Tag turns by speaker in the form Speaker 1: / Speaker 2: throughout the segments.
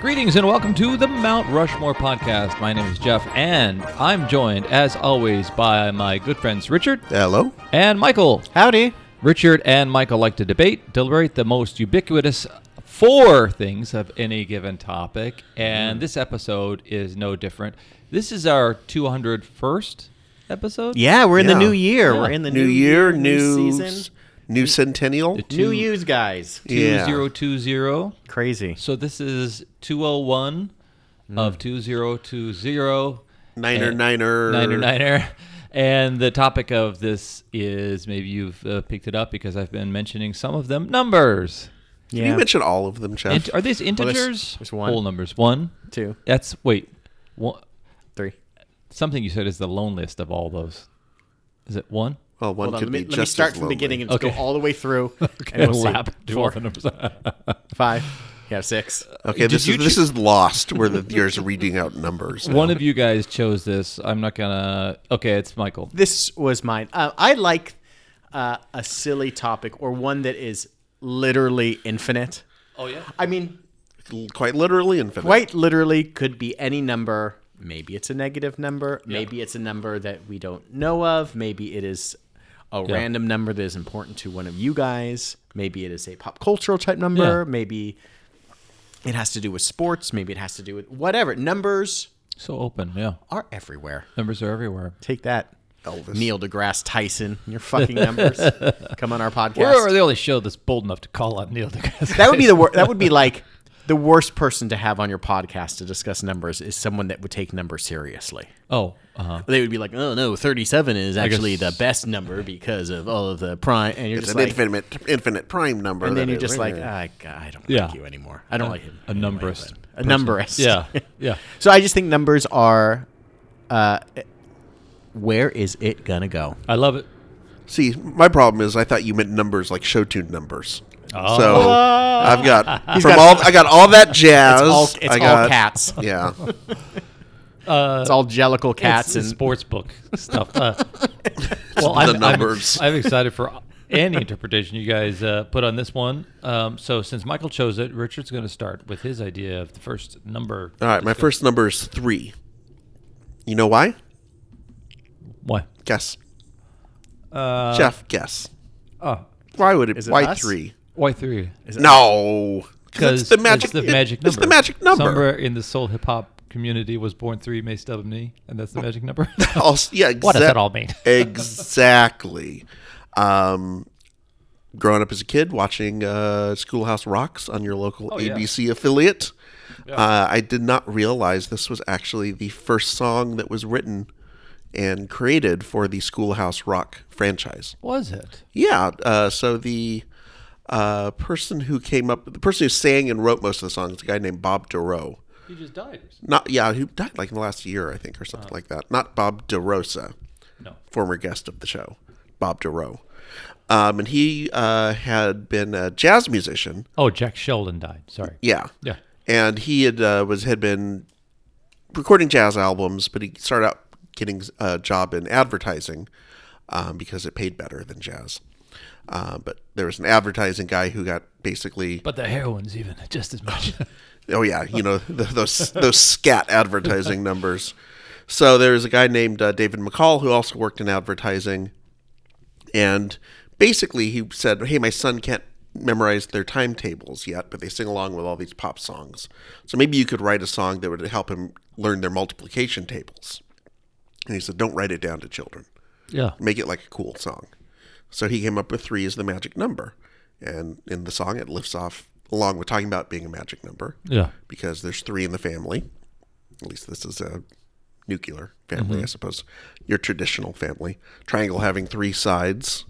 Speaker 1: Greetings and welcome to the Mount Rushmore podcast. My name is Jeff, and I'm joined, as always, by my good friends Richard
Speaker 2: Hello.
Speaker 1: and Michael.
Speaker 3: Howdy.
Speaker 1: Richard and Michael like to debate, deliberate the most ubiquitous four things of any given topic,
Speaker 3: Mm-hmm.
Speaker 1: and this episode is no different. This is our 201st episode.
Speaker 3: Yeah, we're in
Speaker 2: Yeah.
Speaker 3: the new year.
Speaker 1: Yeah.
Speaker 3: We're in the
Speaker 2: New, year,
Speaker 3: new
Speaker 2: new
Speaker 3: season.
Speaker 2: new centennial.
Speaker 1: The
Speaker 3: New yous, guys.
Speaker 2: Yeah.
Speaker 1: 2020.
Speaker 3: Crazy.
Speaker 1: So this is 201
Speaker 3: Mm.
Speaker 1: of 2020.
Speaker 2: Niner,
Speaker 1: And-
Speaker 2: niner,
Speaker 1: Niner Niner. And the topic of this is maybe you've uh, picked it up because I've been mentioning some of them numbers.
Speaker 2: Did you mention all of them, Jeff?
Speaker 1: Int- are these
Speaker 3: there's-
Speaker 1: integers?
Speaker 3: there's one.
Speaker 1: Whole numbers. One.
Speaker 3: Two,
Speaker 1: That's wait. One,
Speaker 3: three.
Speaker 1: something you said is the loneliest of all those. Is it one?
Speaker 2: well, one
Speaker 3: Hold on.
Speaker 2: could
Speaker 3: Let me,
Speaker 2: be
Speaker 3: let me
Speaker 2: just as
Speaker 3: start from the
Speaker 2: lonely.
Speaker 3: beginning and
Speaker 1: Okay.
Speaker 3: go all the way through.
Speaker 1: And
Speaker 3: and we'll see.
Speaker 1: do all
Speaker 3: Four,
Speaker 1: the numbers.
Speaker 3: five. Yeah, six.
Speaker 2: Okay, this
Speaker 1: you
Speaker 2: is this is lost where the years reading out numbers. now.
Speaker 1: one of you guys chose this. I'm not gonna. Okay, it's Michael.
Speaker 3: This was mine. Uh, I like uh, a silly topic or one that is literally infinite.
Speaker 1: Oh yeah.
Speaker 3: I mean,
Speaker 2: quite literally infinite.
Speaker 3: quite literally could be any number. Maybe it's a negative number. Maybe it's a number that we don't know of. Maybe it is a
Speaker 1: Yeah.
Speaker 3: random number that is important to one of you guys. Maybe it is a pop cultural type number.
Speaker 1: Yeah.
Speaker 3: Maybe it has to do with sports. Maybe it has to do with whatever. Numbers
Speaker 1: So open. Yeah.
Speaker 3: are everywhere.
Speaker 1: Numbers are everywhere.
Speaker 3: Take that.
Speaker 2: Elvis.
Speaker 3: Neil deGrasse Tyson, your fucking numbers. Come on our podcast.
Speaker 1: We're the only show that's bold enough to call out Neil deGrasse.
Speaker 3: That would be the wor- that would be like the worst person to have on your podcast to discuss numbers is someone that would take numbers seriously.
Speaker 1: Oh. Uh-huh.
Speaker 3: They would be like, "Oh no, 37 is actually
Speaker 1: guess-
Speaker 3: the best number because of all of the prime." And you're
Speaker 2: It's
Speaker 3: just
Speaker 2: an
Speaker 3: like,
Speaker 2: infinite infinite prime number.
Speaker 3: and then
Speaker 2: that
Speaker 3: you're
Speaker 2: is
Speaker 3: just like,
Speaker 2: there.
Speaker 3: "Ah, God, "I don't
Speaker 1: Yeah.
Speaker 3: like you anymore. I don't like him."
Speaker 1: A numberist.
Speaker 3: but- A numberist.
Speaker 1: Yeah. Yeah.
Speaker 3: so I just think numbers are. Uh, where is it gonna go?
Speaker 1: I love it.
Speaker 2: See, my problem is I thought you meant numbers like show tune numbers.
Speaker 1: Oh.
Speaker 2: So I've got from
Speaker 3: got-
Speaker 2: all I got all that jazz.
Speaker 3: It's all, it's
Speaker 2: I
Speaker 3: all
Speaker 2: got-
Speaker 3: cats.
Speaker 2: Yeah,
Speaker 3: It's all jellicle cats
Speaker 1: Uh, It's- it's
Speaker 3: and
Speaker 1: sports book stuff. Uh, well, I'm, I'm-
Speaker 2: numbers.
Speaker 1: I'm, excited for any interpretation you guys uh, put on this one. Um, so since Michael chose it, Richard's going to start with his idea of the first number.
Speaker 2: All right, my first number is three. You know why?
Speaker 1: Why?
Speaker 2: Guess.
Speaker 1: Uh,
Speaker 2: Jeff, guess.
Speaker 1: Oh,
Speaker 2: Why would it?
Speaker 3: Is it
Speaker 2: why
Speaker 3: us?
Speaker 2: three?
Speaker 1: why three?
Speaker 2: No,
Speaker 1: Because
Speaker 2: it's the magic.
Speaker 1: It's the magic
Speaker 2: it-
Speaker 1: number.
Speaker 2: It's the magic number.
Speaker 1: Somewhere in the soul hip hop community was born three may stub me, and that's the magic number.
Speaker 2: Also- yeah, exactly.
Speaker 1: what does that all mean?
Speaker 2: exactly. Um, growing up as a kid, watching uh, Schoolhouse Rocks on your local
Speaker 1: yeah.
Speaker 2: ABC affiliate, uh, I did not realize this was actually the first song that was written and created for the Schoolhouse Rock franchise.
Speaker 1: Was it?
Speaker 2: Yeah. Uh, so the uh, person who came up, the person who sang and wrote most of the songs, is a guy named Bob DeRoe.
Speaker 1: He just died.
Speaker 2: Not yeah, who died like in the last year, I think, or something like that. Not Bob DeRosa,
Speaker 1: Uh. No.
Speaker 2: former guest of the show, Bob DeRoe. Um, and he uh, had been a jazz musician.
Speaker 1: Oh, Jack Sheldon died. Sorry.
Speaker 2: Yeah.
Speaker 1: Yeah.
Speaker 2: And he had uh, was had been recording jazz albums, but he started out getting uh, a job in advertising um, because it paid better than jazz. Uh, but there was an advertising guy who got basically,
Speaker 1: But the heroin's even just as much.
Speaker 2: oh yeah, you know th those those scat advertising numbers. So there was a guy named uh, David McCall who also worked in advertising, and basically he said, "Hey, my son can't memorize their timetables yet, but they sing along with all these pop songs. So maybe you could write a song that would help him learn their multiplication tables." And he said, "Don't write it down to children.
Speaker 1: yeah.
Speaker 2: Make it like a cool song." So he came up with three as the magic number, and in the song it lifts off along with talking about being a magic number
Speaker 1: Yeah.
Speaker 2: because there's three in the family. At least this is a nuclear family, I suppose. Your traditional family triangle having three sides.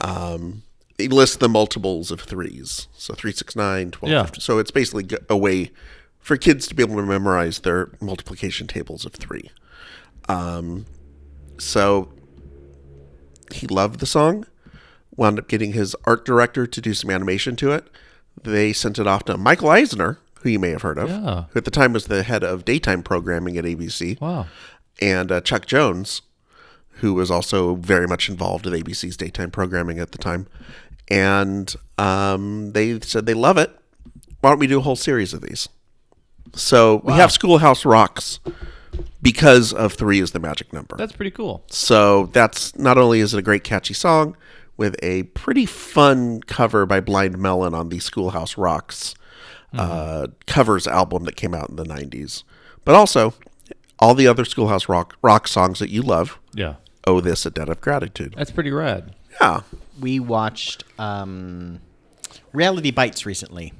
Speaker 2: Um, they list the multiples of threes, so three, six, nine, twelve.
Speaker 1: Yeah.
Speaker 2: 15. So it's basically g- a way for kids to be able to memorize their multiplication tables of three. Um, so he loved the song. Wound up getting his art director to do some animation to it. They sent it off to Michael Eisner, who you may have heard of,
Speaker 1: Yeah.
Speaker 2: who at the time was the head of daytime programming at ABC,
Speaker 1: Wow.
Speaker 2: and uh, Chuck Jones, who was also very much involved with ABC's daytime programming at the time. And um, they said they love it. Why don't we do a whole series of these? So we have Schoolhouse Rocks because of three is the magic number.
Speaker 1: That's pretty cool.
Speaker 2: So that's not only is it a great catchy song with a pretty fun cover by Blind Melon on the Schoolhouse Rocks
Speaker 1: Mm-hmm.
Speaker 2: uh, covers album that came out in the 90s, but also all the other Schoolhouse Rock rock songs that you love
Speaker 1: Yeah.
Speaker 2: owe this a debt of gratitude.
Speaker 1: That's pretty rad.
Speaker 2: Yeah.
Speaker 3: we watched um, Reality Bites recently,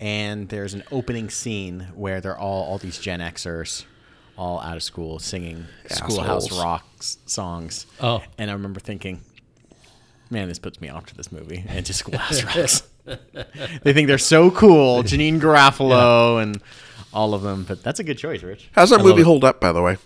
Speaker 3: and there's an opening scene where they're all all these Gen Xers, all out of school, singing Schoolhouse
Speaker 2: Assholes.
Speaker 3: Rock s- songs.
Speaker 1: Oh.
Speaker 3: and I remember thinking, man, this puts me off to this movie and to Schoolhouse Rocks. they think they're so cool, Janine Garofalo and all of them. But that's a good choice, Rich.
Speaker 2: How's that movie
Speaker 1: it.
Speaker 2: hold up, by the way?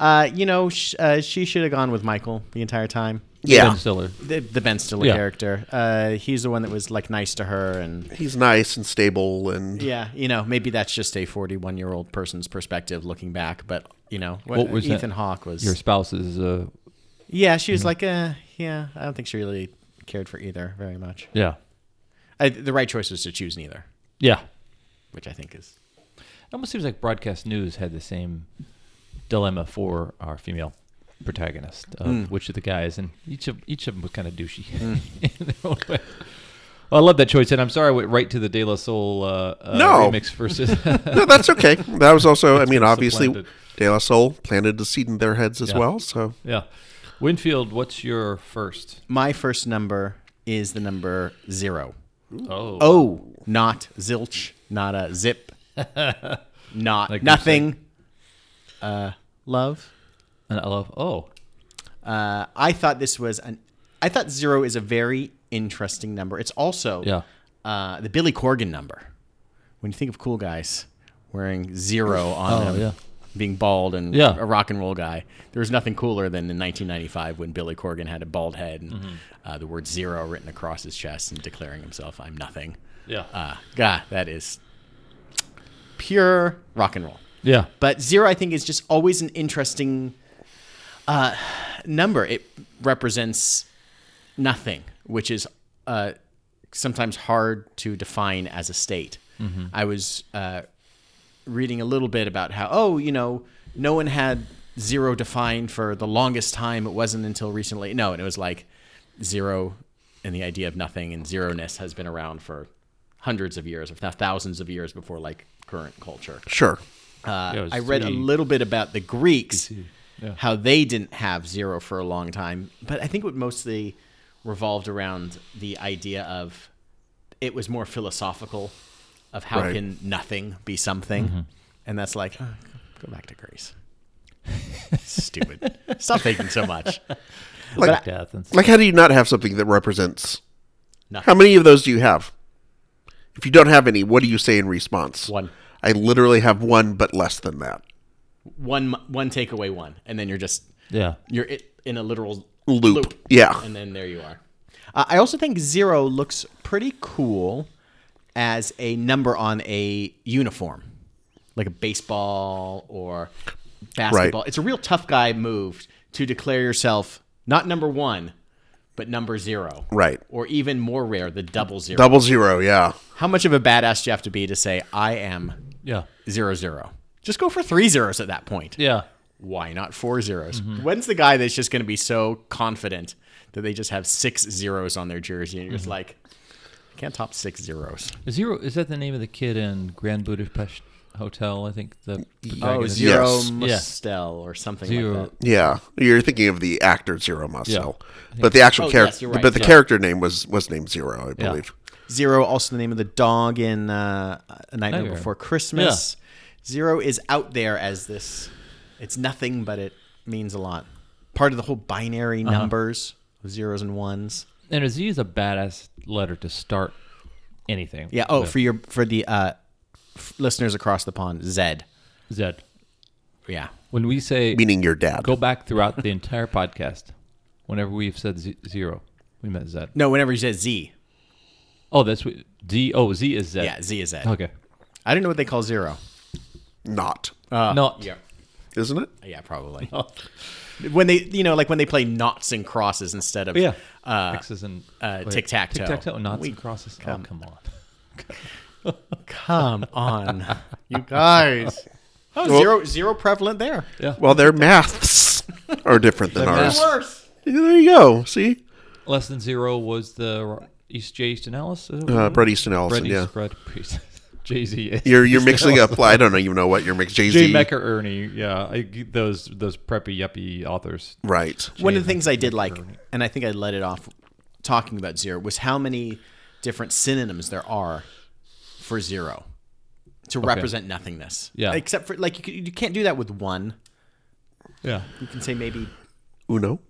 Speaker 3: Uh, you know, sh- uh, she should have gone with Michael the entire time
Speaker 2: Yeah.
Speaker 1: Ben Stiller.
Speaker 3: the, the Ben Stiller
Speaker 1: Yeah.
Speaker 3: character. Uh, he's the one that was like nice to her, and
Speaker 2: He's nice and stable and
Speaker 3: yeah, you know, maybe that's just a forty-one-year-old person's perspective looking back. But you know, what,
Speaker 1: What uh, was that?
Speaker 3: Ethan Hawke was.
Speaker 1: Your Mm-hmm. spouse is uh,
Speaker 3: yeah, she was like, uh, yeah, I don't think she really cared for either very much.
Speaker 1: yeah,
Speaker 3: I, the right choice was to choose neither,
Speaker 1: yeah.
Speaker 3: which I think is
Speaker 1: It almost seems like broadcast news had the same dilemma for our female protagonist of which of the guys, and each of each of them was kind of douchey. in their own way. Well, I love that choice, and I'm sorry I went right to the De La Soul uh, uh,
Speaker 2: No.
Speaker 1: remix versus.
Speaker 2: no, that's okay. That was also, I mean, obviously,
Speaker 1: planted.
Speaker 2: De La Soul planted a seed in their heads as
Speaker 1: Yeah.
Speaker 2: well. So
Speaker 1: yeah, Winfield, what's your first?
Speaker 3: my first number is the number zero.
Speaker 1: Oh,
Speaker 3: Oh, not zilch, not a zip, not
Speaker 1: Like you
Speaker 3: nothing. Uh, love.
Speaker 1: and I love. Oh,
Speaker 3: Uh, I thought this was an. I thought zero is a very interesting number. It's also
Speaker 1: Yeah.
Speaker 3: uh, the Billy Corgan number. When you think of cool guys wearing zero on
Speaker 1: Oh,
Speaker 3: them,
Speaker 1: yeah.
Speaker 3: being bald and
Speaker 1: Yeah.
Speaker 3: a rock and roll guy, there was nothing cooler than in 1995 when Billy Corgan had a bald head and
Speaker 1: Mm-hmm.
Speaker 3: uh, the word zero written across his chest and declaring himself, "I'm nothing."
Speaker 1: yeah,
Speaker 3: Uh, God, that is pure rock and roll.
Speaker 1: yeah.
Speaker 3: But zero, I think, is just always an interesting uh, number. It represents nothing, which is uh, sometimes hard to define as a state. I was uh, reading a little bit about how, oh, you know, no one had zero defined for the longest time. It wasn't until recently. No, and it was like zero and the idea of nothing and zeroness has been around for hundreds of years, if not thousands of years before like current culture.
Speaker 2: sure,
Speaker 1: Yeah, it was
Speaker 3: I read a
Speaker 1: three.
Speaker 3: little bit about the Greeks,
Speaker 1: yeah.
Speaker 3: how they didn't have zero for a long time, but I think it mostly revolved around the idea of it was more philosophical of how
Speaker 2: Right.
Speaker 3: can nothing be something,
Speaker 1: Mm-hmm.
Speaker 3: and that's like oh, go back to Greece. Stupid. Stop thinking so much.
Speaker 2: like,
Speaker 1: Death and
Speaker 2: like how do you not have something that represents?
Speaker 3: Nothing.
Speaker 2: How many of those do you have? If you don't have any, what do you say in response?
Speaker 3: One.
Speaker 2: I literally have one, but less than that.
Speaker 3: One one takeaway one, and then you're just
Speaker 1: yeah.
Speaker 3: you're i- in a literal
Speaker 2: Loop.
Speaker 3: loop.
Speaker 2: Yeah.
Speaker 3: and then there you are. Uh, I also think zero looks pretty cool as a number on a uniform, like a baseball or basketball. It's a real tough guy move to declare yourself not number one, but number zero.
Speaker 2: Right.
Speaker 3: Or even more rare, the double zero.
Speaker 2: Double zero. Yeah.
Speaker 3: How much of a badass do you have to be to say, I am
Speaker 1: Yeah.
Speaker 3: zero zero? Just go for three zeros at that point
Speaker 1: Yeah.
Speaker 3: why not four zeros? When's the guy that's just going to be so confident that they just have six zeros on their jersey and you're just like, I can't top six zeros.
Speaker 1: Zero is that the name of the kid in Grand Budapest Hotel? I think the
Speaker 3: Oh,
Speaker 1: protagonist-
Speaker 3: zero
Speaker 2: Yes.
Speaker 3: Mustel or something
Speaker 1: Zero.
Speaker 3: like that.
Speaker 2: Yeah. You're thinking of the actor Zero Mostel, but the actual
Speaker 3: Oh, yes,
Speaker 2: character,
Speaker 3: you're right.
Speaker 2: but the
Speaker 3: Yeah.
Speaker 2: character name was was named Zero, I
Speaker 1: Yeah.
Speaker 2: believe.
Speaker 3: Zero, also the name of the dog in uh, A Nightmare
Speaker 1: Nightmare.
Speaker 3: Before Christmas. Zero is out there as this, it's nothing, but it means a lot. Part of the whole binary numbers, zeros and ones.
Speaker 1: And a Z is a badass letter to start anything.
Speaker 3: Yeah. Oh,
Speaker 1: with.
Speaker 3: for your for the uh, f- listeners across the pond, Zed.
Speaker 1: Z.
Speaker 3: Yeah.
Speaker 1: When we say
Speaker 2: Meaning your dad.
Speaker 1: go back throughout the entire podcast, whenever we've said z- zero, we meant Z.
Speaker 3: No, whenever you said Z,
Speaker 1: Oh, that's what D. Oh, Z is Z.
Speaker 3: Yeah, Z is that.
Speaker 1: Okay.
Speaker 3: I don't know what they call zero.
Speaker 2: Not,
Speaker 3: Uh,
Speaker 1: Not.
Speaker 3: Yeah.
Speaker 2: isn't it?
Speaker 3: Yeah, probably. When they, you know, like when they play knots and crosses instead of
Speaker 1: Yeah.
Speaker 3: uh,
Speaker 1: X's and
Speaker 3: uh, tic-tac-toe.
Speaker 1: Tic tac toe. Knots
Speaker 3: We-
Speaker 1: and crosses. oh, come on.
Speaker 3: Come on, you guys. Oh,
Speaker 2: Well-
Speaker 3: zero- zero prevalent there.
Speaker 2: Well, their maths are different than ours.
Speaker 3: Worse.
Speaker 2: There you go. See,
Speaker 1: Less than zero was the East J Easton Ellis. Is that what
Speaker 2: uh,
Speaker 1: it was?
Speaker 2: Brett Easton Ellison.
Speaker 1: Brett
Speaker 2: yeah,
Speaker 1: East- Brett Priest. Jay Z.
Speaker 2: you're you're mixing up. I don't know. You know what? You're mixing Jay
Speaker 1: Jay
Speaker 2: Z.
Speaker 1: Mecker Ernie. Yeah, I, those those preppy yuppie authors.
Speaker 2: Right.
Speaker 3: One of the things I did like, and I think I let it off talking about zero, was how many different synonyms there are for zero to represent nothingness.
Speaker 1: Yeah.
Speaker 3: Except for, like, you, c- you can't do that with one.
Speaker 1: Yeah,
Speaker 3: You can say maybe,
Speaker 2: Uno.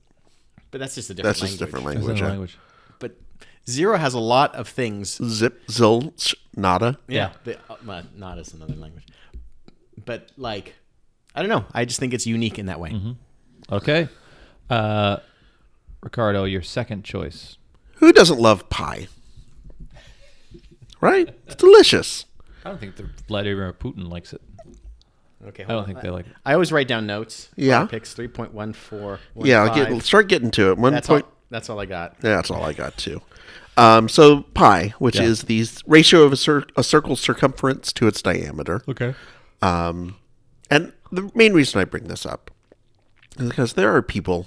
Speaker 3: but that's just a different
Speaker 2: That's
Speaker 3: language.
Speaker 2: just different
Speaker 1: that's
Speaker 2: language.
Speaker 1: another
Speaker 2: yeah.
Speaker 1: language.
Speaker 3: But zero has a lot of things.
Speaker 2: Zip, zilch, nada.
Speaker 1: Mm. Yeah.
Speaker 3: The, uh, well, not as another language. But, like, I don't know. I just think it's unique in that way.
Speaker 1: Mm-hmm. Okay, uh, Ricardo, your second choice.
Speaker 2: Who doesn't love pie? Right? It's delicious.
Speaker 1: I don't think the Vladimir Putin likes it.
Speaker 3: Okay.
Speaker 1: I don't think they like it.
Speaker 3: I always write down notes. for my
Speaker 2: Yeah.
Speaker 3: Picks 3.14.
Speaker 2: Yeah, I'll get, start getting to it. One
Speaker 3: That's all,
Speaker 2: point.
Speaker 3: that's all I got.
Speaker 2: Yeah, that's all I got too. Um, so pi, which is the s- ratio of a, cir- a circle's circumference to its diameter,
Speaker 1: Okay.
Speaker 2: and the main reason I bring this up is because there are people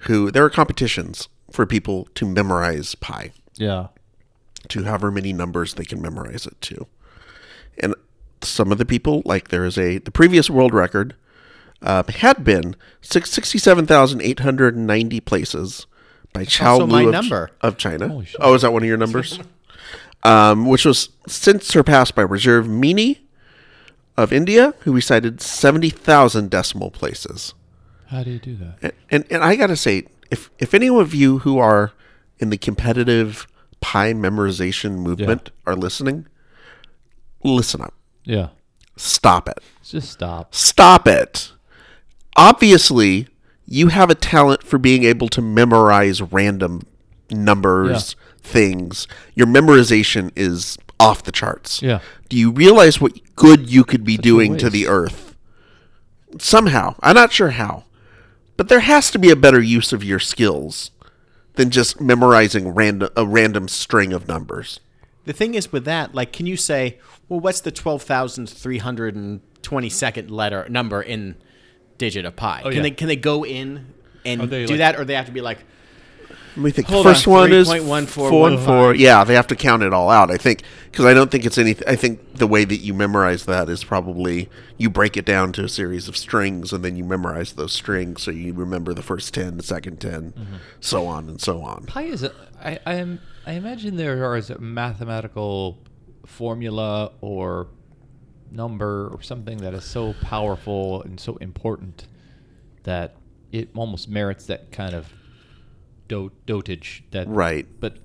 Speaker 2: who there are competitions for people to memorize pi.
Speaker 1: Yeah.
Speaker 2: to however many numbers they can memorize it to. And some of the people, like there is a, the previous world record uh, had been six- 67,890 places by Chao
Speaker 3: also
Speaker 2: Lu
Speaker 3: my
Speaker 2: of,
Speaker 3: number.
Speaker 2: of China.
Speaker 1: shit.
Speaker 2: Oh, is that one of your numbers? um, which was since surpassed by Reserve Meany of India, who recited 70,000 decimal places.
Speaker 1: How do you do that?
Speaker 2: And, and and I gotta say, if if any of you who are in the competitive pie memorization movement are listening, listen up.
Speaker 1: Yeah.
Speaker 2: Stop it.
Speaker 1: Just stop.
Speaker 2: Stop it. Obviously, you have a talent for being able to memorize random numbers, things. Your memorization is off the charts.
Speaker 1: Yeah.
Speaker 2: Do you realize what good you could be doing to
Speaker 1: waste.
Speaker 2: the earth? Somehow. I'm not sure how. But there has to be a better use of your skills than just memorizing random a random string of numbers.
Speaker 3: The thing is with that, like, can you say, well, what's the 12,322nd letter number in digit of pi? can
Speaker 1: Oh, yeah.
Speaker 3: they can they go in and
Speaker 1: they,
Speaker 3: do
Speaker 1: like-
Speaker 3: that, or they have to be like,
Speaker 2: Let me think.
Speaker 3: Hold
Speaker 2: First
Speaker 3: on,
Speaker 2: one is
Speaker 3: 3.1415.
Speaker 2: four and four. Yeah, they have to count it all out. I think because I don't think it's any. I think the way that you memorize that is probably you break it down to a series of strings, and then you memorize those strings, so you remember the first ten, the second 10
Speaker 1: Mm-hmm.
Speaker 2: so on and so on.
Speaker 1: Pi is a, I, I am I imagine there is a mathematical formula or number or something that is so powerful and so important that it almost merits that kind of do, dotage that
Speaker 2: Right.
Speaker 1: but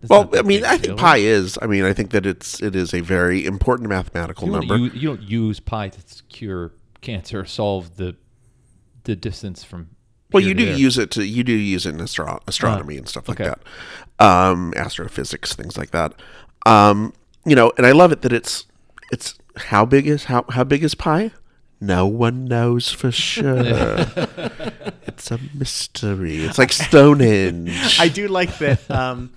Speaker 1: it's
Speaker 2: Well,
Speaker 1: not that
Speaker 2: I mean,
Speaker 1: big
Speaker 2: I
Speaker 1: a deal.
Speaker 2: think pi is. I mean, I think that it's it is a very important mathematical
Speaker 1: you don't
Speaker 2: number.
Speaker 1: u- you don't use pi to s- cure cancer solve the the distance from
Speaker 2: Well,
Speaker 1: here
Speaker 2: you
Speaker 1: to
Speaker 2: do
Speaker 1: there.
Speaker 2: use it to you do use it in astro- astronomy and stuff like
Speaker 1: okay.
Speaker 2: that, um, astrophysics, things like that. Um, you know, and I love it that it's it's how big is how how big is pi? No one knows for sure. it's a mystery. It's like Stonehenge.
Speaker 3: I do like that. Um,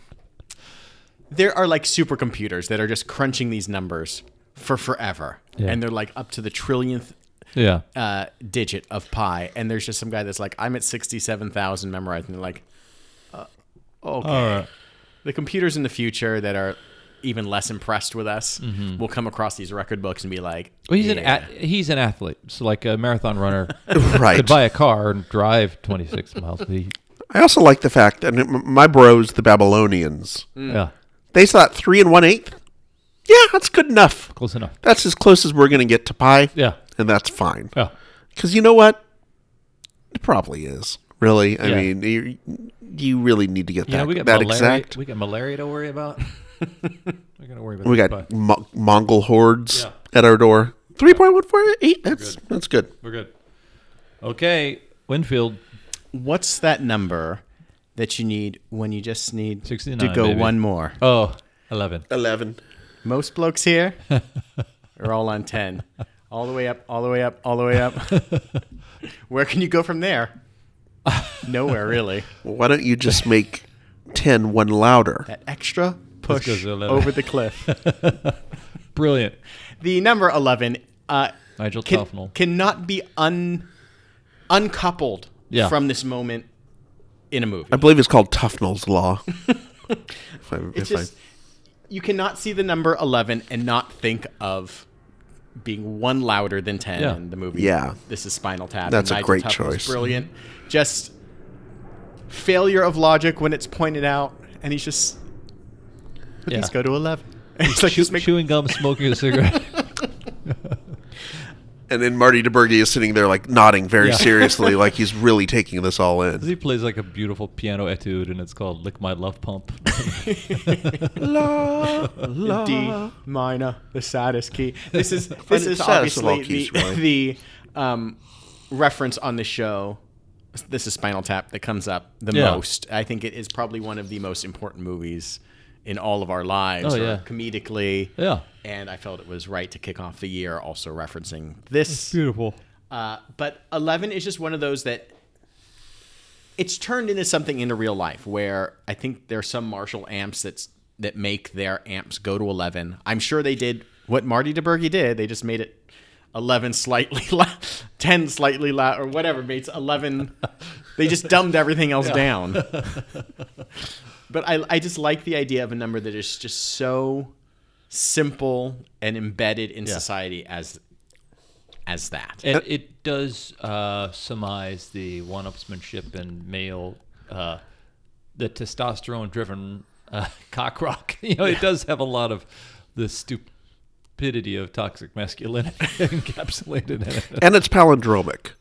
Speaker 3: there are like supercomputers that are just crunching these numbers for forever,
Speaker 1: Yeah.
Speaker 3: and they're like up to the trillionth
Speaker 1: yeah
Speaker 3: uh, digit of pi, and there's just some guy that's like, I'm at 67,000 memorized, and they're like, uh, okay. The computers in the future that are even less impressed with us will come across these record books and be like,
Speaker 1: Mm-hmm. well, he's
Speaker 3: "Yeah."
Speaker 1: an a- he's an athlete so like a marathon runner
Speaker 2: right.
Speaker 1: could buy a car and drive 26 miles. The,
Speaker 2: I also like the fact that m- my bros, the Babylonians,
Speaker 1: Yeah,
Speaker 2: they thought three and one eighth. Yeah, that's good enough.
Speaker 1: close enough.
Speaker 2: That's as close as we're gonna get to pi.
Speaker 1: Yeah,
Speaker 2: and that's fine.
Speaker 1: yeah,
Speaker 2: Because you know what? It probably is. Really? I
Speaker 1: Yeah.
Speaker 2: mean, you, you really need to get that,
Speaker 1: You know, we got
Speaker 2: that
Speaker 1: malaria.
Speaker 2: exact.
Speaker 1: We got malaria to worry about. We're gonna worry about.
Speaker 2: We
Speaker 1: that,
Speaker 2: got
Speaker 1: but
Speaker 2: Mo- Mongol hordes
Speaker 1: Yeah.
Speaker 2: at our door. 3.148. That's, that's good.
Speaker 1: we're good. Okay, Winfield.
Speaker 3: What's that number that you need when you just need
Speaker 1: 69,
Speaker 3: to go
Speaker 1: baby.
Speaker 3: one more?
Speaker 1: Oh, 11.
Speaker 2: 11.
Speaker 3: Most blokes here are all on 10. All the way up, all the way up, all the way up. Where can you go from there? Nowhere, really.
Speaker 2: Well, why don't you just make 10 one louder?
Speaker 3: That extra push
Speaker 1: goes to 11.
Speaker 3: over the cliff.
Speaker 1: Brilliant.
Speaker 3: The number 11 uh,
Speaker 1: Nigel
Speaker 3: can-
Speaker 1: Tufnell.
Speaker 3: cannot be un, uncoupled
Speaker 1: Yeah.
Speaker 3: from this moment in a movie.
Speaker 2: I believe it's called Tufnell's Law. if I,
Speaker 3: It's
Speaker 2: if I-
Speaker 3: just you cannot see the number 11 and not think of being one louder than 10
Speaker 1: Yeah.
Speaker 3: in the movie.
Speaker 2: Yeah.
Speaker 3: This is Spinal Tap.
Speaker 2: That's
Speaker 3: and
Speaker 2: a
Speaker 3: Nigel
Speaker 2: great
Speaker 3: Tufnell's
Speaker 2: choice.
Speaker 3: Brilliant. Just failure of logic when it's pointed out and he's just
Speaker 1: Yeah.
Speaker 3: let's go to 11. And he's like just make
Speaker 1: Chewing gum, smoking a cigarette.
Speaker 2: and then Marty DeBergi is sitting there like nodding very
Speaker 1: Yeah.
Speaker 2: seriously, like he's really taking this all in.
Speaker 1: he plays like a beautiful piano etude, and it's called "Lick My Love Pump."
Speaker 2: La, la.
Speaker 3: D minor, the saddest key. This is
Speaker 2: it's
Speaker 3: this is
Speaker 2: the saddest of all
Speaker 3: obviously
Speaker 2: keys,
Speaker 3: the, the um, reference on the show. This is Spinal Tap that comes up the
Speaker 1: Yeah.
Speaker 3: most. I think it is probably one of the most important movies in all of our lives,
Speaker 1: Oh,
Speaker 3: or
Speaker 1: yeah.
Speaker 3: comedically.
Speaker 1: Yeah.
Speaker 3: And I felt it was right to kick off the year, also referencing this.
Speaker 1: Beautiful.
Speaker 3: Uh, but Eleven is just one of those that it's turned into something into real life where I think there's some Marshall amps that's that make their amps go to 11. I'm sure they did what Marty DeBergi did. They just made it 11 slightly loud, 10 slightly loud or whatever mates 11. They just dumbed everything else down. but I I just like the idea of a number that is just so simple and embedded in society as as that.
Speaker 1: And it does uh, surmise the one-upsmanship and male, uh, the testosterone-driven uh, cock rock. You know, it does have a lot of the stupidity of toxic masculinity encapsulated in it.
Speaker 2: And it's palindromic,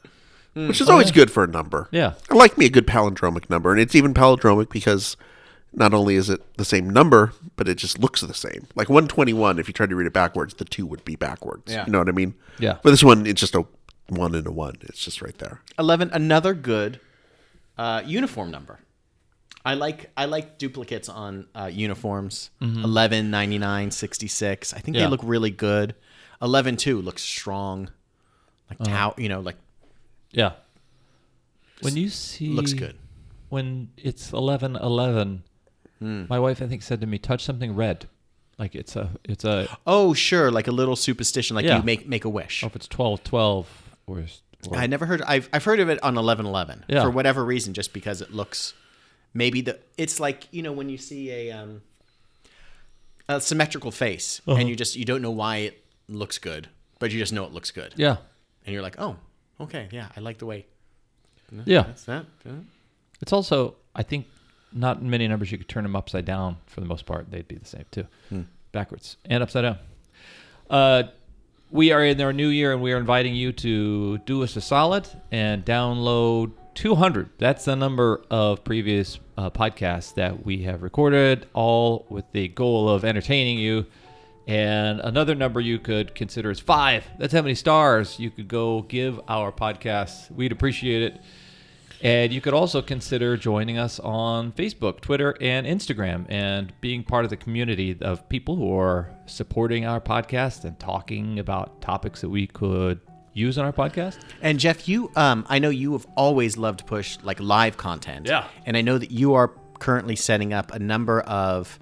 Speaker 1: Hmm.
Speaker 2: which
Speaker 1: Oh,
Speaker 2: is always good for a number.
Speaker 1: Yeah.
Speaker 2: I like me a good palindromic number, and it's even palindromic because not only is it the same number, but it just looks the same. Like 121, if you tried to read it backwards, the two would be backwards.
Speaker 3: Yeah.
Speaker 2: You know what I mean?
Speaker 1: Yeah.
Speaker 2: But this one, it's just a one and a one. It's just right there.
Speaker 3: 11 another good uh, uniform number i like i like duplicates on uh, uniforms Eleven, ninety-nine, sixty-six. 11 99 66 i think
Speaker 1: Mm-hmm. Yeah.
Speaker 3: they look really good 11 too looks strong like
Speaker 1: Uh-huh.
Speaker 3: how you know like
Speaker 1: Yeah. When you see
Speaker 3: looks good.
Speaker 1: When it's eleven eleven,
Speaker 3: Hmm.
Speaker 1: my wife I think said to me, "Touch something red." Like it's a it's a
Speaker 3: oh sure like a little superstition like
Speaker 1: Yeah.
Speaker 3: you make make a wish
Speaker 1: or if it's 12 12 or, s- or
Speaker 3: i never heard i've, I've heard of it on eleven eleven
Speaker 1: Yeah.
Speaker 3: for whatever reason just because it looks maybe the it's like you know when you see a um a symmetrical face
Speaker 1: Uh-huh.
Speaker 3: and you just you don't know why it looks good but you just know it looks good
Speaker 1: yeah
Speaker 3: and you're like, oh, okay, yeah, I like the way
Speaker 1: yeah
Speaker 3: that's that. yeah.
Speaker 1: it's also i think not many numbers you could turn them upside down for the most part they'd be the same too backwards and upside down uh, we are in our new year and we are inviting you to do us a solid and download 200 that's the number of previous uh, podcasts that we have recorded all with the goal of entertaining you and another number you could consider is five that's how many stars you could go give our podcast we'd appreciate it and you could also consider joining us on Facebook, Twitter, and Instagram and being part of the community of people who are supporting our podcast and talking about topics that we could use on our podcast.
Speaker 3: And Jeff, you, um, I know you have always loved to push like live content.
Speaker 1: Yeah.
Speaker 3: And I know that you are currently setting up a number of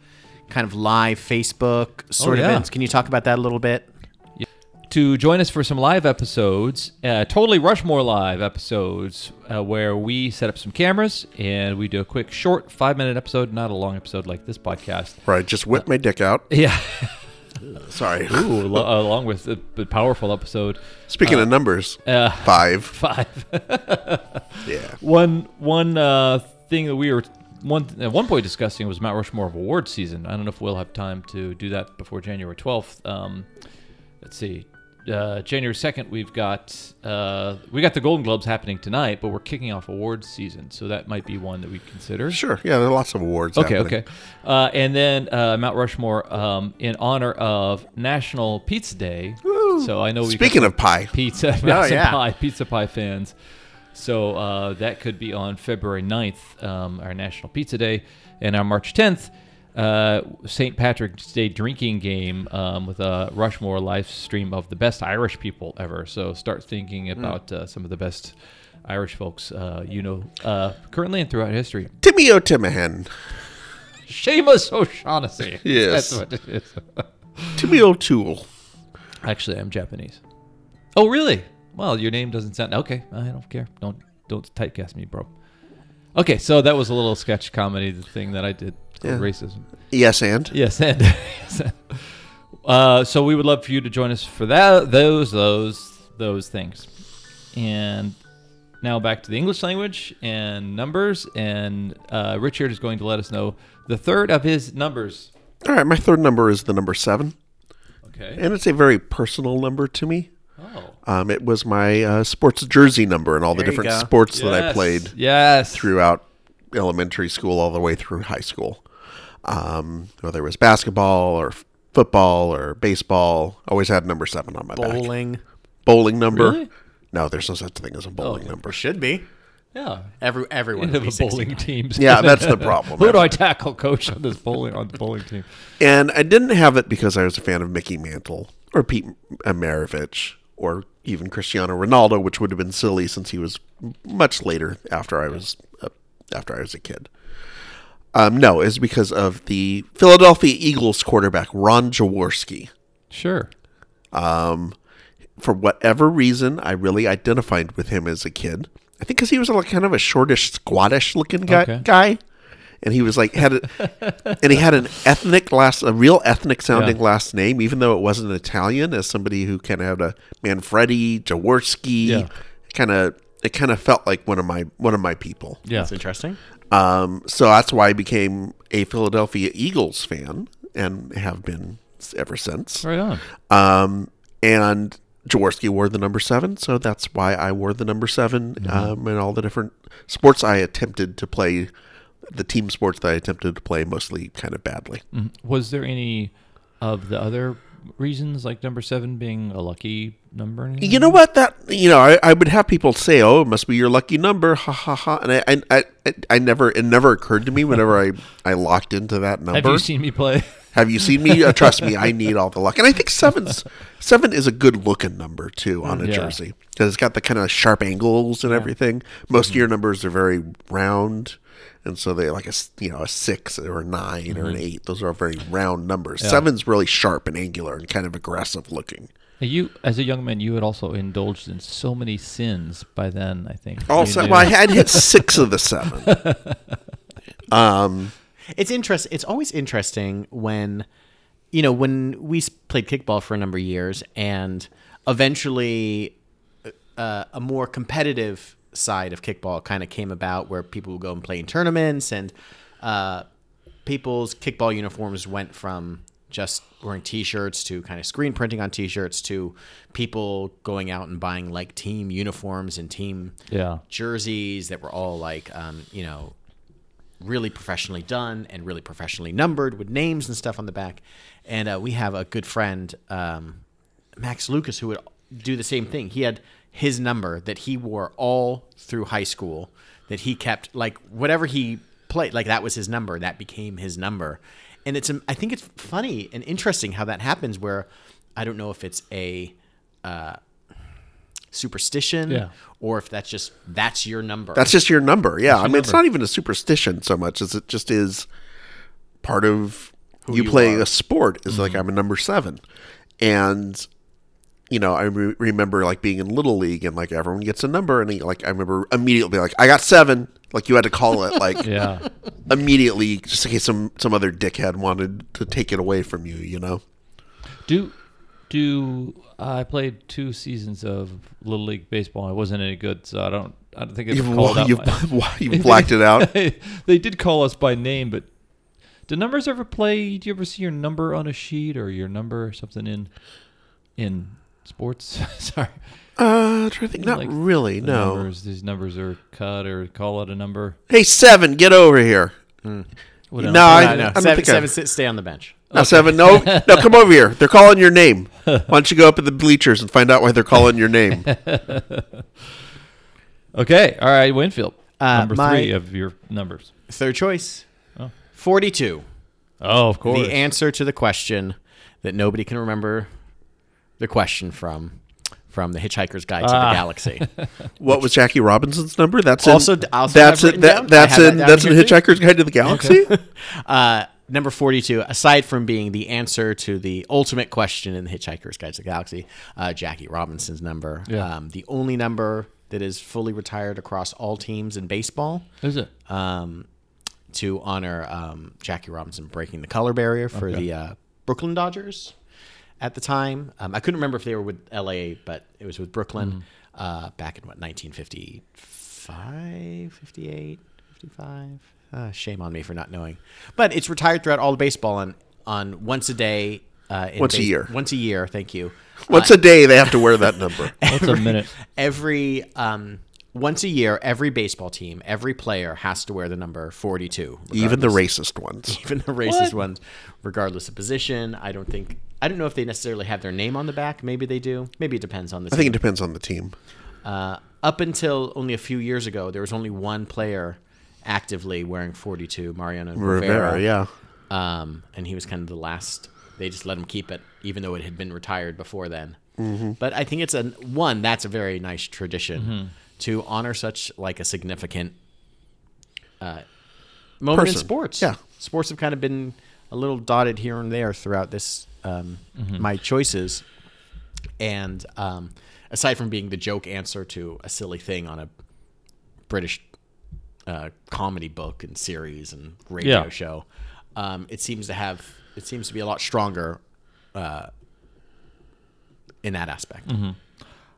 Speaker 3: kind of live Facebook
Speaker 1: Oh,
Speaker 3: sort of
Speaker 1: yeah.
Speaker 3: events. Can you talk about that a little bit?
Speaker 1: to join us for some live episodes, uh, totally Rushmore live episodes, uh, where we set up some cameras and we do a quick, short, five-minute episode, not a long episode like this podcast.
Speaker 2: Right. Just whip my dick out.
Speaker 1: Yeah,
Speaker 2: Sorry.
Speaker 1: Ooh, lo- along with the the powerful episode
Speaker 2: Speaking of numbers,
Speaker 1: uh,
Speaker 2: five.
Speaker 1: five.
Speaker 2: Yeah.
Speaker 1: One one uh, thing that we were one at one point discussing was Mount Rushmore of award season. I don't know if we'll have time to do that before January twelfth. Um, let's see, uh, January second we've got uh, we got the Golden Globes happening tonight, but we're kicking off awards season, so that might be one that we consider.
Speaker 2: Sure. Yeah. There are lots of awards.
Speaker 1: Okay,
Speaker 2: happening.
Speaker 1: okay. Uh, and then uh, Mount Rushmore um, in honor of National Pizza Day. So I know we
Speaker 2: Speaking of pie,
Speaker 1: pizza, mountain
Speaker 3: yeah.
Speaker 1: pie, pizza pie fans. So uh, that could be on February 9th, um, our National Pizza Day, and on March 10th, uh, St. Patrick's Day drinking game um, with a Rushmore live stream of the best Irish people ever. So start thinking about uh, some of the best Irish folks uh, you know uh, currently and throughout history.
Speaker 2: Timmy O'Timahan.
Speaker 1: Seamus O'Shaughnessy.
Speaker 2: Yes.
Speaker 1: That's what it is.
Speaker 2: Jimmy O'Toole.
Speaker 1: Actually, I'm Japanese. Oh, really? Well, your name doesn't sound okay. I don't care. Don't don't typecast me, bro. Okay, so that was a little sketch comedy the thing that I did called
Speaker 2: Yeah.
Speaker 1: racism.
Speaker 2: Yes, and
Speaker 1: Yes, and yes, and. uh, so we would love for you to join us for that those those those things. And now back to the English language and numbers. And uh, Richard is going to let us know the third of his numbers.
Speaker 2: all right. My third number is the number seven,
Speaker 1: Okay.
Speaker 2: and it's a very personal number to me.
Speaker 1: Oh.
Speaker 2: Um, it was my uh, sports jersey number and all the
Speaker 3: There you
Speaker 2: different
Speaker 3: go.
Speaker 2: sports that I
Speaker 1: Yes,
Speaker 2: played
Speaker 1: Yes.
Speaker 2: throughout elementary school all the way through high school. Um, whether it was basketball or f- football or baseball, always had number seven on my back.
Speaker 3: Bowling
Speaker 2: Bowling number?
Speaker 1: Really?
Speaker 2: No, there's no such thing as a
Speaker 3: Oh.
Speaker 2: bowling number.
Speaker 3: should be
Speaker 1: Yeah.
Speaker 3: every everyone
Speaker 1: End
Speaker 3: would
Speaker 1: of
Speaker 3: be
Speaker 1: a
Speaker 3: 16.
Speaker 1: bowling team.
Speaker 2: Yeah, that's the problem.
Speaker 1: Who do I tackle, coach, on this bowling on the bowling team?
Speaker 2: And I didn't have it because I was a fan of Mickey Mantle or Pete Amarovich or even Cristiano Ronaldo, which would have been silly since he was much later after I was uh, after I was a kid. Um, no, it's because of the Philadelphia Eagles quarterback Ron Jaworski.
Speaker 1: Sure.
Speaker 2: For whatever reason, I really identified with him as a kid. I think because he was like kind of a shortish, squattish looking guy,
Speaker 1: Okay.
Speaker 2: guy, and he was like had a, and he had an ethnic last, a real ethnic sounding
Speaker 1: Yeah.
Speaker 2: last name, even though it wasn't Italian. As somebody who kind of had a Manfredi, Jaworski,
Speaker 1: Yeah.
Speaker 2: kind of it kind of felt like one of my one of my people.
Speaker 1: Yeah.
Speaker 3: That's interesting.
Speaker 2: Um, so that's why I became a Philadelphia Eagles fan and have been s- ever since.
Speaker 1: Right on.
Speaker 2: Um, and Jaworski wore the number seven, so that's why I wore the number 7
Speaker 1: Mm-hmm.
Speaker 2: um, in all the different sports I attempted to play. The team sports that I attempted to play mostly kind of badly.
Speaker 1: Mm-hmm. Was there any of the other reasons, like number seven being a lucky number? or anything?
Speaker 2: You know what? That you know, I, I would have people say, "Oh, it must be your lucky number," ha ha ha. And I, I, I, I- I never, it never occurred to me whenever I, I locked into that number.
Speaker 1: Have you seen me play?
Speaker 2: Have you seen me? Uh, trust me, I need all the luck. And I think seven's seven is a good looking number too on a
Speaker 1: Yeah.
Speaker 2: jersey because it's got the kind of sharp angles and everything. Most
Speaker 1: Mm-hmm.
Speaker 2: of your numbers are very round, and so they like a s- you know a six or a 9 or
Speaker 1: Mm-hmm.
Speaker 2: an eight. Those are very round numbers. Seven's really sharp and angular and kind of aggressive looking.
Speaker 1: Now, you, as a young man, you had also indulged in so many sins by then. I think. You
Speaker 2: Also,
Speaker 1: knew-
Speaker 2: well, I had hit six of the seven. Um,
Speaker 3: It's interest. It's always interesting when, you know, when we s- played kickball for a number of years, and eventually, uh, a more competitive side of kickball kind of came about, where people would go and play in tournaments, and uh, people's kickball uniforms went from just wearing t-shirts to kind of screen printing on t-shirts to people going out and buying like team uniforms and team
Speaker 1: Yeah.
Speaker 3: jerseys that were all like, um, you know, really professionally done and really professionally numbered with names and stuff on the back. And uh, we have a good friend, um, Max Lucas, who would do the same thing. He had his number that he wore all through high school, that he kept, like, whatever he played, like, that was his number. That became his number. And it's, um, I think it's funny and interesting how that happens where I don't know if it's a, uh, superstition
Speaker 1: Yeah.
Speaker 3: or if that's just that's your number
Speaker 2: That's just your number. Yeah. I mean, it's not even a superstition so much as it just is part of you,
Speaker 3: you
Speaker 2: playing
Speaker 3: are.
Speaker 2: a sport is
Speaker 1: Mm-hmm.
Speaker 2: like, I'm a number seven. And, you know, I re- remember like being in Little League and like everyone gets a number. And like, I remember immediately like, I got seven. Like, you had to call it like
Speaker 1: Yeah.
Speaker 2: immediately just in case some, some other dickhead wanted to take it away from you, you know?
Speaker 1: Do do I played two seasons of little league baseball? I wasn't any good, so I don't. I don't think it was
Speaker 2: You've,
Speaker 1: called out.
Speaker 2: you've,
Speaker 1: by-
Speaker 2: you've blacked it out.
Speaker 1: they did call us by name, but do numbers ever play? Do you ever see your number on a sheet or your number or something in in sports? Sorry,
Speaker 2: Uh, trying to think. Not
Speaker 1: Like,
Speaker 2: really.
Speaker 1: The
Speaker 2: No.
Speaker 1: numbers, these numbers are cut or call out a number.
Speaker 2: Hey, seven, get over here.
Speaker 1: What
Speaker 2: No,
Speaker 1: else?
Speaker 2: I,
Speaker 3: I
Speaker 2: I
Speaker 3: know.
Speaker 2: don't
Speaker 3: Seven,
Speaker 2: think I-
Speaker 3: seven, sit, stay on the bench.
Speaker 2: No, seven. No, no, come over here. They're calling your name. Why don't you go up at the bleachers and find out why they're calling your name?
Speaker 1: okay, all right, Winfield,
Speaker 3: Uh,
Speaker 1: number
Speaker 3: my-
Speaker 1: three of your numbers.
Speaker 3: Third choice.
Speaker 1: Oh.
Speaker 3: 42.
Speaker 1: Oh, of course.
Speaker 3: The answer to the question that nobody can remember the question from from the Hitchhiker's Guide to
Speaker 1: Ah.
Speaker 3: the Galaxy.
Speaker 2: What was Jackie Robinson's number? That's in,
Speaker 3: Also- also
Speaker 2: that's
Speaker 3: I've
Speaker 2: in, that,
Speaker 3: written down. I
Speaker 2: that's
Speaker 3: have that
Speaker 2: in
Speaker 3: down
Speaker 2: that's in
Speaker 3: here too.
Speaker 2: Hitchhiker's Guide to the Galaxy.
Speaker 3: uh, number 42, aside from being the answer to the ultimate question in The Hitchhiker's Guide to the Galaxy, uh, Jackie Robinson's number,
Speaker 1: Yeah.
Speaker 3: um, the only number that is fully retired across all teams in baseball
Speaker 1: Is it?
Speaker 3: um, to honor um, Jackie Robinson breaking the color barrier for the uh, Brooklyn Dodgers at the time. Um, I couldn't remember if they were with LA, but it was with Brooklyn
Speaker 2: Mm-hmm.
Speaker 3: uh, back in what 1955, 58, 55. Uh, shame on me for not knowing. But it's retired throughout all the baseball on on once a day. Uh, in
Speaker 2: Once a year.
Speaker 3: Once a year. Thank you. Uh,
Speaker 2: Once a day they have to wear that number.
Speaker 1: What's a minute?
Speaker 3: Every um, once a year, every baseball team, every player has to wear the number forty-two.
Speaker 2: Even the
Speaker 3: regardless-
Speaker 2: racist ones.
Speaker 3: even the
Speaker 1: What?
Speaker 3: racist ones, regardless of position. I don't think I don't know if they necessarily have their name on the back. Maybe they do. Maybe it depends on the.
Speaker 2: I think
Speaker 3: Team.
Speaker 2: it depends on the team.
Speaker 3: Uh, up until only a few years ago, there was only one player actively wearing 42, Mariano Rivera.
Speaker 2: Rivera, yeah.
Speaker 3: Um, and he was kind of the last. They just let him keep it, even though it had been retired before then.
Speaker 2: Mm-hmm.
Speaker 3: But I think it's a one. That's a very nice tradition to honor such like a significant uh, moment in
Speaker 2: Person.
Speaker 3: sports.
Speaker 2: Yeah.
Speaker 3: sports have kind of been a little dotted here and there throughout this um, my choices, and um, aside from being the joke answer to a silly thing on a British uh, comedy book and series and radio
Speaker 1: Yeah.
Speaker 3: show. Um, it seems to have it seems to be a lot stronger uh, in that aspect.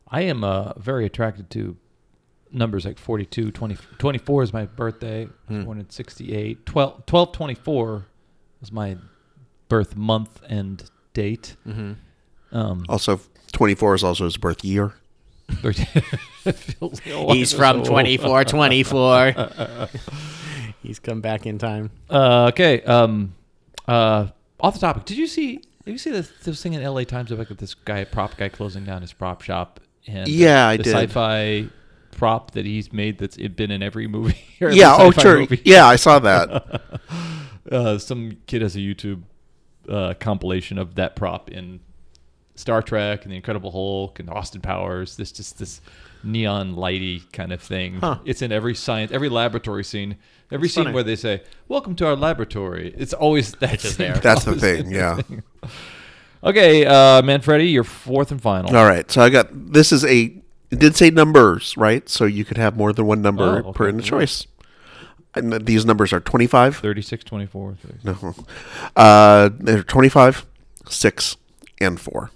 Speaker 1: I am uh, very attracted to numbers like 42, 20, 24 is my birthday. I
Speaker 2: Hmm.
Speaker 1: was born in 68. 12, 12 24 was my birth month and date.
Speaker 3: Mm-hmm.
Speaker 1: Um,
Speaker 2: Also, 24 is also his birth year.
Speaker 1: Feels like
Speaker 3: He's
Speaker 1: I'm
Speaker 3: from
Speaker 1: old.
Speaker 3: twenty four twenty four. He's come back in time.
Speaker 1: Uh, okay. Um, uh, off the topic. Did you see? Did you see this, this thing in L.A. Times about this guy, prop guy, closing down his prop shop? And
Speaker 2: Yeah, I
Speaker 1: the
Speaker 2: did.
Speaker 1: Sci-fi prop that he's made that's it been in every movie. or every
Speaker 2: Yeah, oh
Speaker 1: sci-fi
Speaker 2: sure.
Speaker 1: movie.
Speaker 2: Yeah, I saw that.
Speaker 1: Uh, some kid has a YouTube uh, compilation of that prop in Star Trek and The Incredible Hulk and Austin Powers. This just this neon lighty kind of thing.
Speaker 3: Huh.
Speaker 1: It's in every science, every laboratory scene, every scene
Speaker 3: funny.
Speaker 1: where they say "Welcome to our laboratory." It's always that
Speaker 3: is
Speaker 1: thing.
Speaker 3: there.
Speaker 2: That's the thing. Yeah.
Speaker 1: Okay, uh, Manfredi, you're fourth and final.
Speaker 2: All right. So I got this is a it did say numbers, right? So you could have more than one number
Speaker 1: Oh, okay,
Speaker 2: per in
Speaker 1: cool.
Speaker 2: choice. And th- these numbers are 25.
Speaker 1: Thirty-six, twenty-four. 36.
Speaker 2: No. Uh, they're 25, 6, and 4.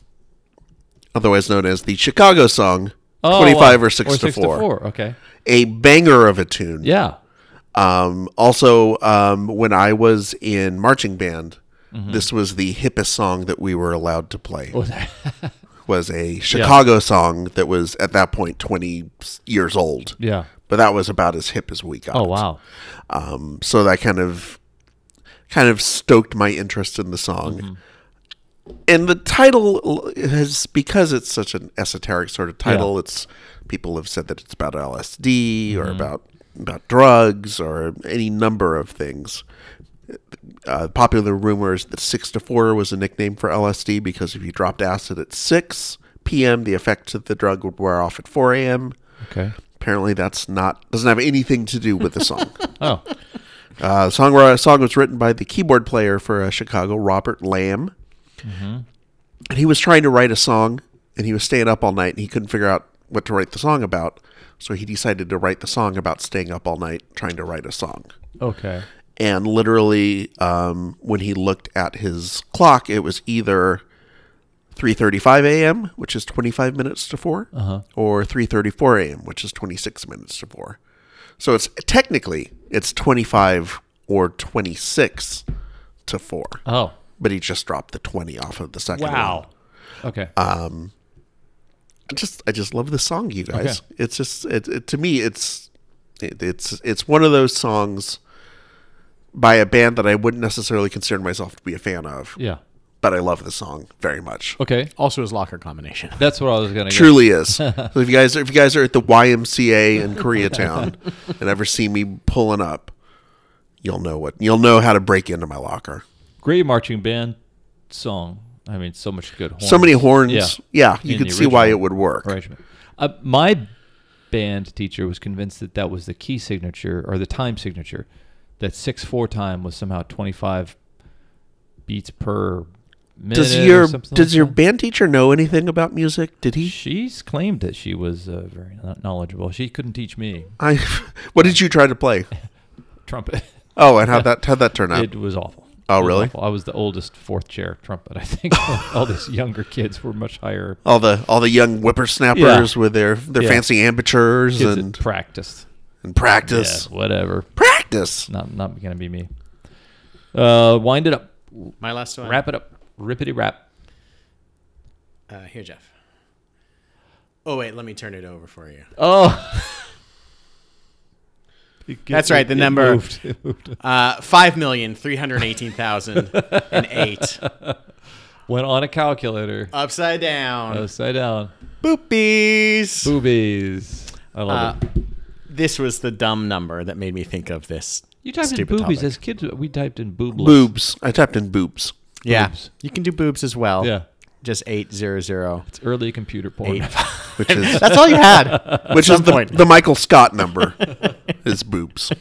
Speaker 2: Otherwise known as the Chicago song,
Speaker 1: Oh,
Speaker 2: 25
Speaker 1: wow.
Speaker 2: or 6, to, 4.
Speaker 1: Okay.
Speaker 2: A banger of a tune.
Speaker 1: Yeah.
Speaker 2: Um, also, um, when I was in marching band,
Speaker 1: Mm-hmm.
Speaker 2: this was the hippest song that we were allowed to play.
Speaker 1: Was that-
Speaker 2: was a Chicago song that was at that point 20 years old.
Speaker 1: yeah.
Speaker 2: But that was about as hip as we got.
Speaker 1: Oh wow.
Speaker 2: Um, so that kind of kind of stoked my interest in the song. And the title has because it's such an esoteric sort of title, it's people have said that it's about LSD or about about drugs or any number of things. Uh, popular rumors that six to four was a nickname for LSD because if you dropped acid at six p.m., the effects of the drug would wear off at four a.m.
Speaker 1: Okay.
Speaker 2: Apparently, that's not doesn't have anything to do with the song.
Speaker 1: Oh.
Speaker 2: Uh, the song, the song was written by the keyboard player for uh, Chicago, Robert Lamb. And he was trying to write a song, and he was staying up all night, and he couldn't figure out what to write the song about. So he decided to write the song about staying up all night trying to write a song.
Speaker 1: Okay.
Speaker 2: And literally, um, when he looked at his clock, it was either 3:35 a.m., which is 25 minutes to 4, or 3:34 a.m., which is 26 minutes to 4. So it's technically it's 25 or 26 to 4,
Speaker 1: Oh.
Speaker 2: but he just dropped the 20 off of the second one.
Speaker 1: Okay.
Speaker 2: Uh, I just I just love this song, you guys. It's just it, it to me it's it, it's it's one of those songs by a band that I wouldn't necessarily consider myself to be a fan of,
Speaker 1: yeah.
Speaker 2: but I love the song very much.
Speaker 1: Okay.
Speaker 3: Also, his locker combination.
Speaker 1: That's what I was gonna. Guess.
Speaker 2: Truly is. so if you guys if you guys are at the YMCA in Koreatown and ever see me pulling up, you'll know what you'll know how to break into my locker.
Speaker 1: Great marching band song. I mean, so much good. Horns.
Speaker 2: So many horns. Yeah, you
Speaker 1: In
Speaker 2: can
Speaker 1: the
Speaker 2: see why it
Speaker 1: original
Speaker 2: would work.
Speaker 1: arrangement. Uh, my band teacher was convinced that that was the key signature or the time signature, that six four time was somehow twenty five beats per minute
Speaker 2: Does
Speaker 1: or
Speaker 2: your
Speaker 1: something
Speaker 2: does
Speaker 1: like
Speaker 2: your
Speaker 1: that.
Speaker 2: band teacher know anything about music? Did he?
Speaker 1: She's claimed that she was uh, very kno- knowledgeable. She couldn't teach me
Speaker 2: I. What did you try to play?
Speaker 1: trumpet.
Speaker 2: Oh, and how that how that turn out?
Speaker 1: It was awful.
Speaker 2: Oh,
Speaker 1: It was
Speaker 2: really?
Speaker 1: awful. I was the oldest fourth chair trumpet. I think all these younger kids were much higher.
Speaker 2: all the all the young whippersnappers
Speaker 1: Yeah.
Speaker 2: with their their
Speaker 1: Yeah.
Speaker 2: fancy amateurs
Speaker 1: Kids
Speaker 2: and
Speaker 1: that practiced.
Speaker 2: and
Speaker 1: Yeah,
Speaker 2: practice
Speaker 1: whatever.
Speaker 2: practice.
Speaker 1: Not not gonna be me. Uh, wind it up.
Speaker 3: My last one.
Speaker 1: Wrap it up. Rippity wrap.
Speaker 3: Uh, here, Jeff. Oh wait, let me turn it over for you.
Speaker 1: Oh.
Speaker 3: That's right, the
Speaker 1: It
Speaker 3: number.
Speaker 1: moved. It moved.
Speaker 3: Uh, Five million three hundred eighteen thousand and eight.
Speaker 1: Went on a calculator.
Speaker 3: Upside down.
Speaker 1: Upside down.
Speaker 3: Boopies.
Speaker 1: Boobies. I love
Speaker 3: Uh,
Speaker 1: it.
Speaker 3: this was the dumb number that made me think of this.
Speaker 1: You typed in
Speaker 3: stupid
Speaker 1: boobies
Speaker 3: topic.
Speaker 1: as kids. We typed in boobless.
Speaker 2: Boobs. I tapped in boobs.
Speaker 3: Yeah,
Speaker 1: boobs.
Speaker 3: you can do boobs as well.
Speaker 1: Yeah.
Speaker 3: just eight zero zero
Speaker 1: It's early computer porn.
Speaker 3: eight.
Speaker 2: Which is
Speaker 3: That's all you had.
Speaker 2: which is
Speaker 3: some
Speaker 2: the,
Speaker 3: point.
Speaker 2: the Michael Scott number is boobs.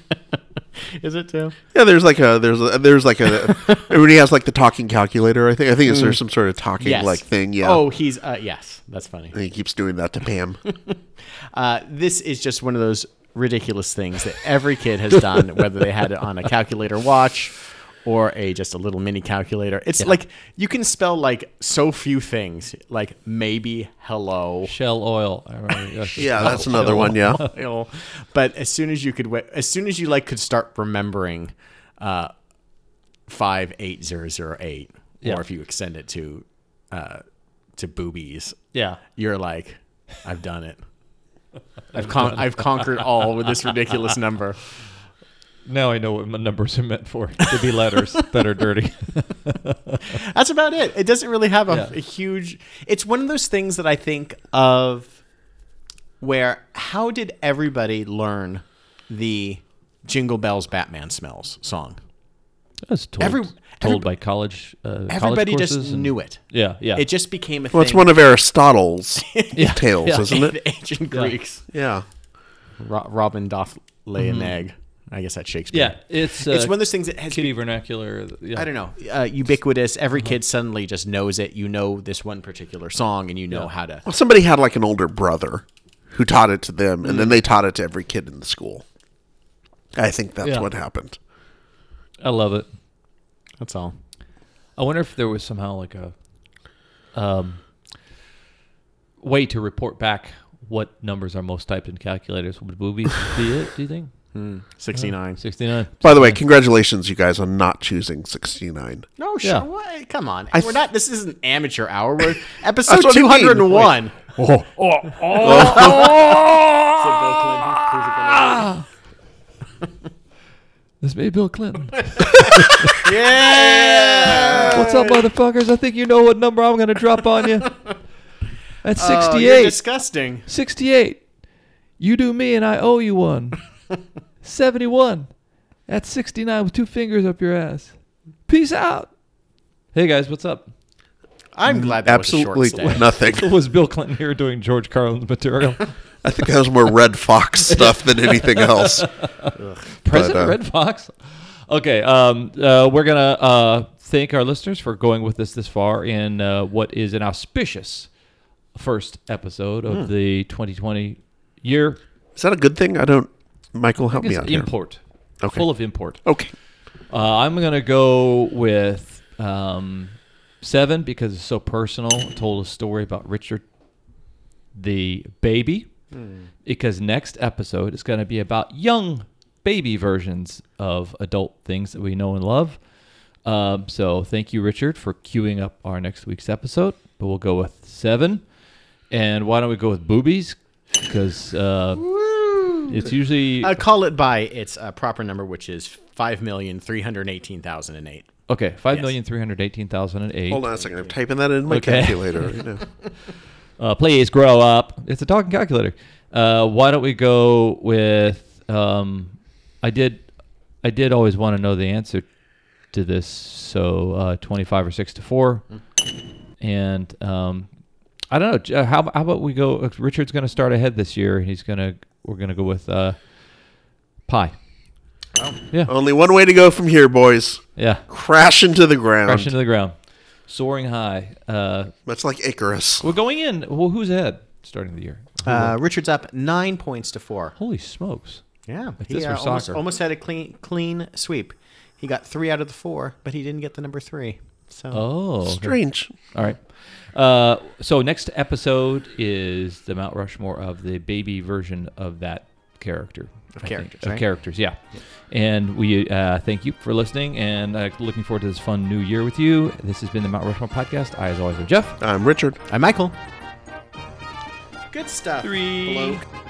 Speaker 3: Is it too?
Speaker 2: Yeah, there's like a there's a, there's like a everybody has like the talking calculator. I think I think it's
Speaker 1: Mm.
Speaker 2: there's some sort of talking
Speaker 3: Yes.
Speaker 2: like thing. Yeah.
Speaker 3: Oh, he's uh, yes. That's funny.
Speaker 2: And he keeps doing that to Pam.
Speaker 3: Uh, this is just one of those ridiculous things that every kid has done, whether they had it on a calculator watch or a just a little mini calculator. It's like you can spell like so few things, like maybe hello.
Speaker 1: Shell oil. I remember. Yes,
Speaker 2: Yeah,
Speaker 1: it's-
Speaker 2: that's another one. Yeah.
Speaker 3: Ill. But as soon as you could, wa- as soon as you like could start remembering, uh, five eight zero zero eight,
Speaker 1: Yeah.
Speaker 3: or if you extend it to, uh, to boobies,
Speaker 1: Yeah.
Speaker 3: you're like, I've done it. I've con- I've conquered all with this ridiculous number.
Speaker 1: Now I know what my numbers are meant for. To be letters that are dirty.
Speaker 3: That's about it. It doesn't really have a,
Speaker 1: Yeah.
Speaker 3: a huge. It's one of those things that I think of, where how did everybody learn the Jingle Bells Batman Smells song?
Speaker 1: I was told,
Speaker 3: Every-
Speaker 1: told
Speaker 3: every-
Speaker 1: by college. Uh,
Speaker 3: Everybody
Speaker 1: college
Speaker 3: just
Speaker 1: courses and-
Speaker 3: knew it.
Speaker 1: Yeah, yeah.
Speaker 3: It just became a
Speaker 2: Well, it's
Speaker 3: thing.
Speaker 2: one of Aristotle's
Speaker 1: Yeah,
Speaker 2: tales,
Speaker 1: yeah.
Speaker 2: isn't it?
Speaker 3: the ancient Greeks. Mm-hmm.
Speaker 2: Yeah.
Speaker 3: Ro- Robin doth lay an egg. I guess that's Shakespeare.
Speaker 1: yeah, it's uh,
Speaker 3: it's one of those things that has.
Speaker 1: kitty vernacular. Yeah.
Speaker 3: I don't know. Uh, ubiquitous. Every kid suddenly just knows it. You know this one particular song, and you know how to.
Speaker 2: Well, somebody had like an older brother who taught it to them, and
Speaker 1: Mm.
Speaker 2: then they taught it to every kid in the school. I think that's
Speaker 1: Yeah.
Speaker 2: what happened.
Speaker 1: I love it.
Speaker 3: That's all.
Speaker 1: I wonder if there was somehow like a um, way to report back what numbers are most typed in calculators. Would boobies be it? Do you think?
Speaker 3: Sixty nine.
Speaker 1: Sixty nine.
Speaker 2: By the way, congratulations, you guys, on not choosing 69.
Speaker 3: No, sure.
Speaker 1: Yeah.
Speaker 3: What? Come on.
Speaker 2: I
Speaker 3: we're
Speaker 2: th-
Speaker 3: not. This isn't amateur hour. We're episode
Speaker 2: what I
Speaker 3: two
Speaker 2: mean.
Speaker 3: hundred and one.
Speaker 1: Oh. This may be Bill Clinton.
Speaker 3: Yeah.
Speaker 1: What's up, motherfuckers? I think you know what number I'm going to drop on you. That's
Speaker 3: Oh,
Speaker 1: 68.
Speaker 3: you're disgusting.
Speaker 1: 68. You do me and I owe you one. 71. That's 69 with two fingers up your ass. Peace out. Hey guys, what's up?
Speaker 3: I'm glad that
Speaker 2: Absolutely
Speaker 3: was a short stay.
Speaker 2: nothing.
Speaker 1: Was Bill Clinton here doing George Carlin's material?
Speaker 2: I think that was more Red Fox stuff than anything else.
Speaker 1: President
Speaker 2: uh,
Speaker 1: Red Fox. Okay, um, uh, we're gonna uh, thank our listeners for going with us this far in uh, what is an auspicious first episode
Speaker 2: Hmm.
Speaker 1: of the 2020 year.
Speaker 2: Is that a good thing? I don't. Michael, help me
Speaker 1: It's
Speaker 2: out here.
Speaker 1: import,
Speaker 2: Okay.
Speaker 1: full of import.
Speaker 2: Okay.
Speaker 1: Uh, I'm gonna go with um, seven because it's so personal. It told a story about Richard the baby. Because next episode is gonna be about young baby versions of adult things that we know and love. Um, so thank you, Richard, for queuing up our next week's episode. But we'll go with seven. And why don't we go with boobies? Because uh, it's usually
Speaker 3: Uh, call it by its uh, proper number, which is five million three hundred eighteen thousand and eight.
Speaker 1: okay. Five million three hundred eighteen thousand and eight.
Speaker 2: Hold on a second. I'm typing that in my
Speaker 1: Okay.
Speaker 2: calculator right now.
Speaker 1: Uh, please grow up. It's a talking calculator. Uh, why don't we go with? Um, I did. I did always want to know the answer to this. So uh, twenty-five or six to four, and um, I don't know. J- uh, How, how about we go? uh, Richard's going to start ahead this year. He's going to. We're going to go with uh, pi.
Speaker 2: Only one way to go from here, boys.
Speaker 1: Yeah.
Speaker 2: Crash into the ground.
Speaker 1: Crash into the ground. Soaring high. Uh,
Speaker 2: That's like Icarus.
Speaker 1: we're going in. Well, who's ahead starting the year?
Speaker 3: Uh, Richard's up nine points to four.
Speaker 1: Holy smokes.
Speaker 3: Yeah,
Speaker 1: If
Speaker 3: he
Speaker 1: this were
Speaker 3: uh, almost,
Speaker 1: soccer.
Speaker 3: almost had a clean clean sweep. He got three out of the four, but he didn't get the number three. So
Speaker 1: Oh. okay.
Speaker 2: Strange.
Speaker 1: All right. Uh, so next episode is the Mount Rushmore of the baby version of that character. Of
Speaker 3: characters,
Speaker 1: Of
Speaker 3: right?
Speaker 1: characters, yeah. And we uh, thank you for listening and uh, looking forward to this fun new year with you. This has been the Mount Rushmore podcast. I, as always, am Jeff.
Speaker 2: I'm Richard.
Speaker 3: I'm Michael. Good stuff.
Speaker 1: Three.
Speaker 3: bloke.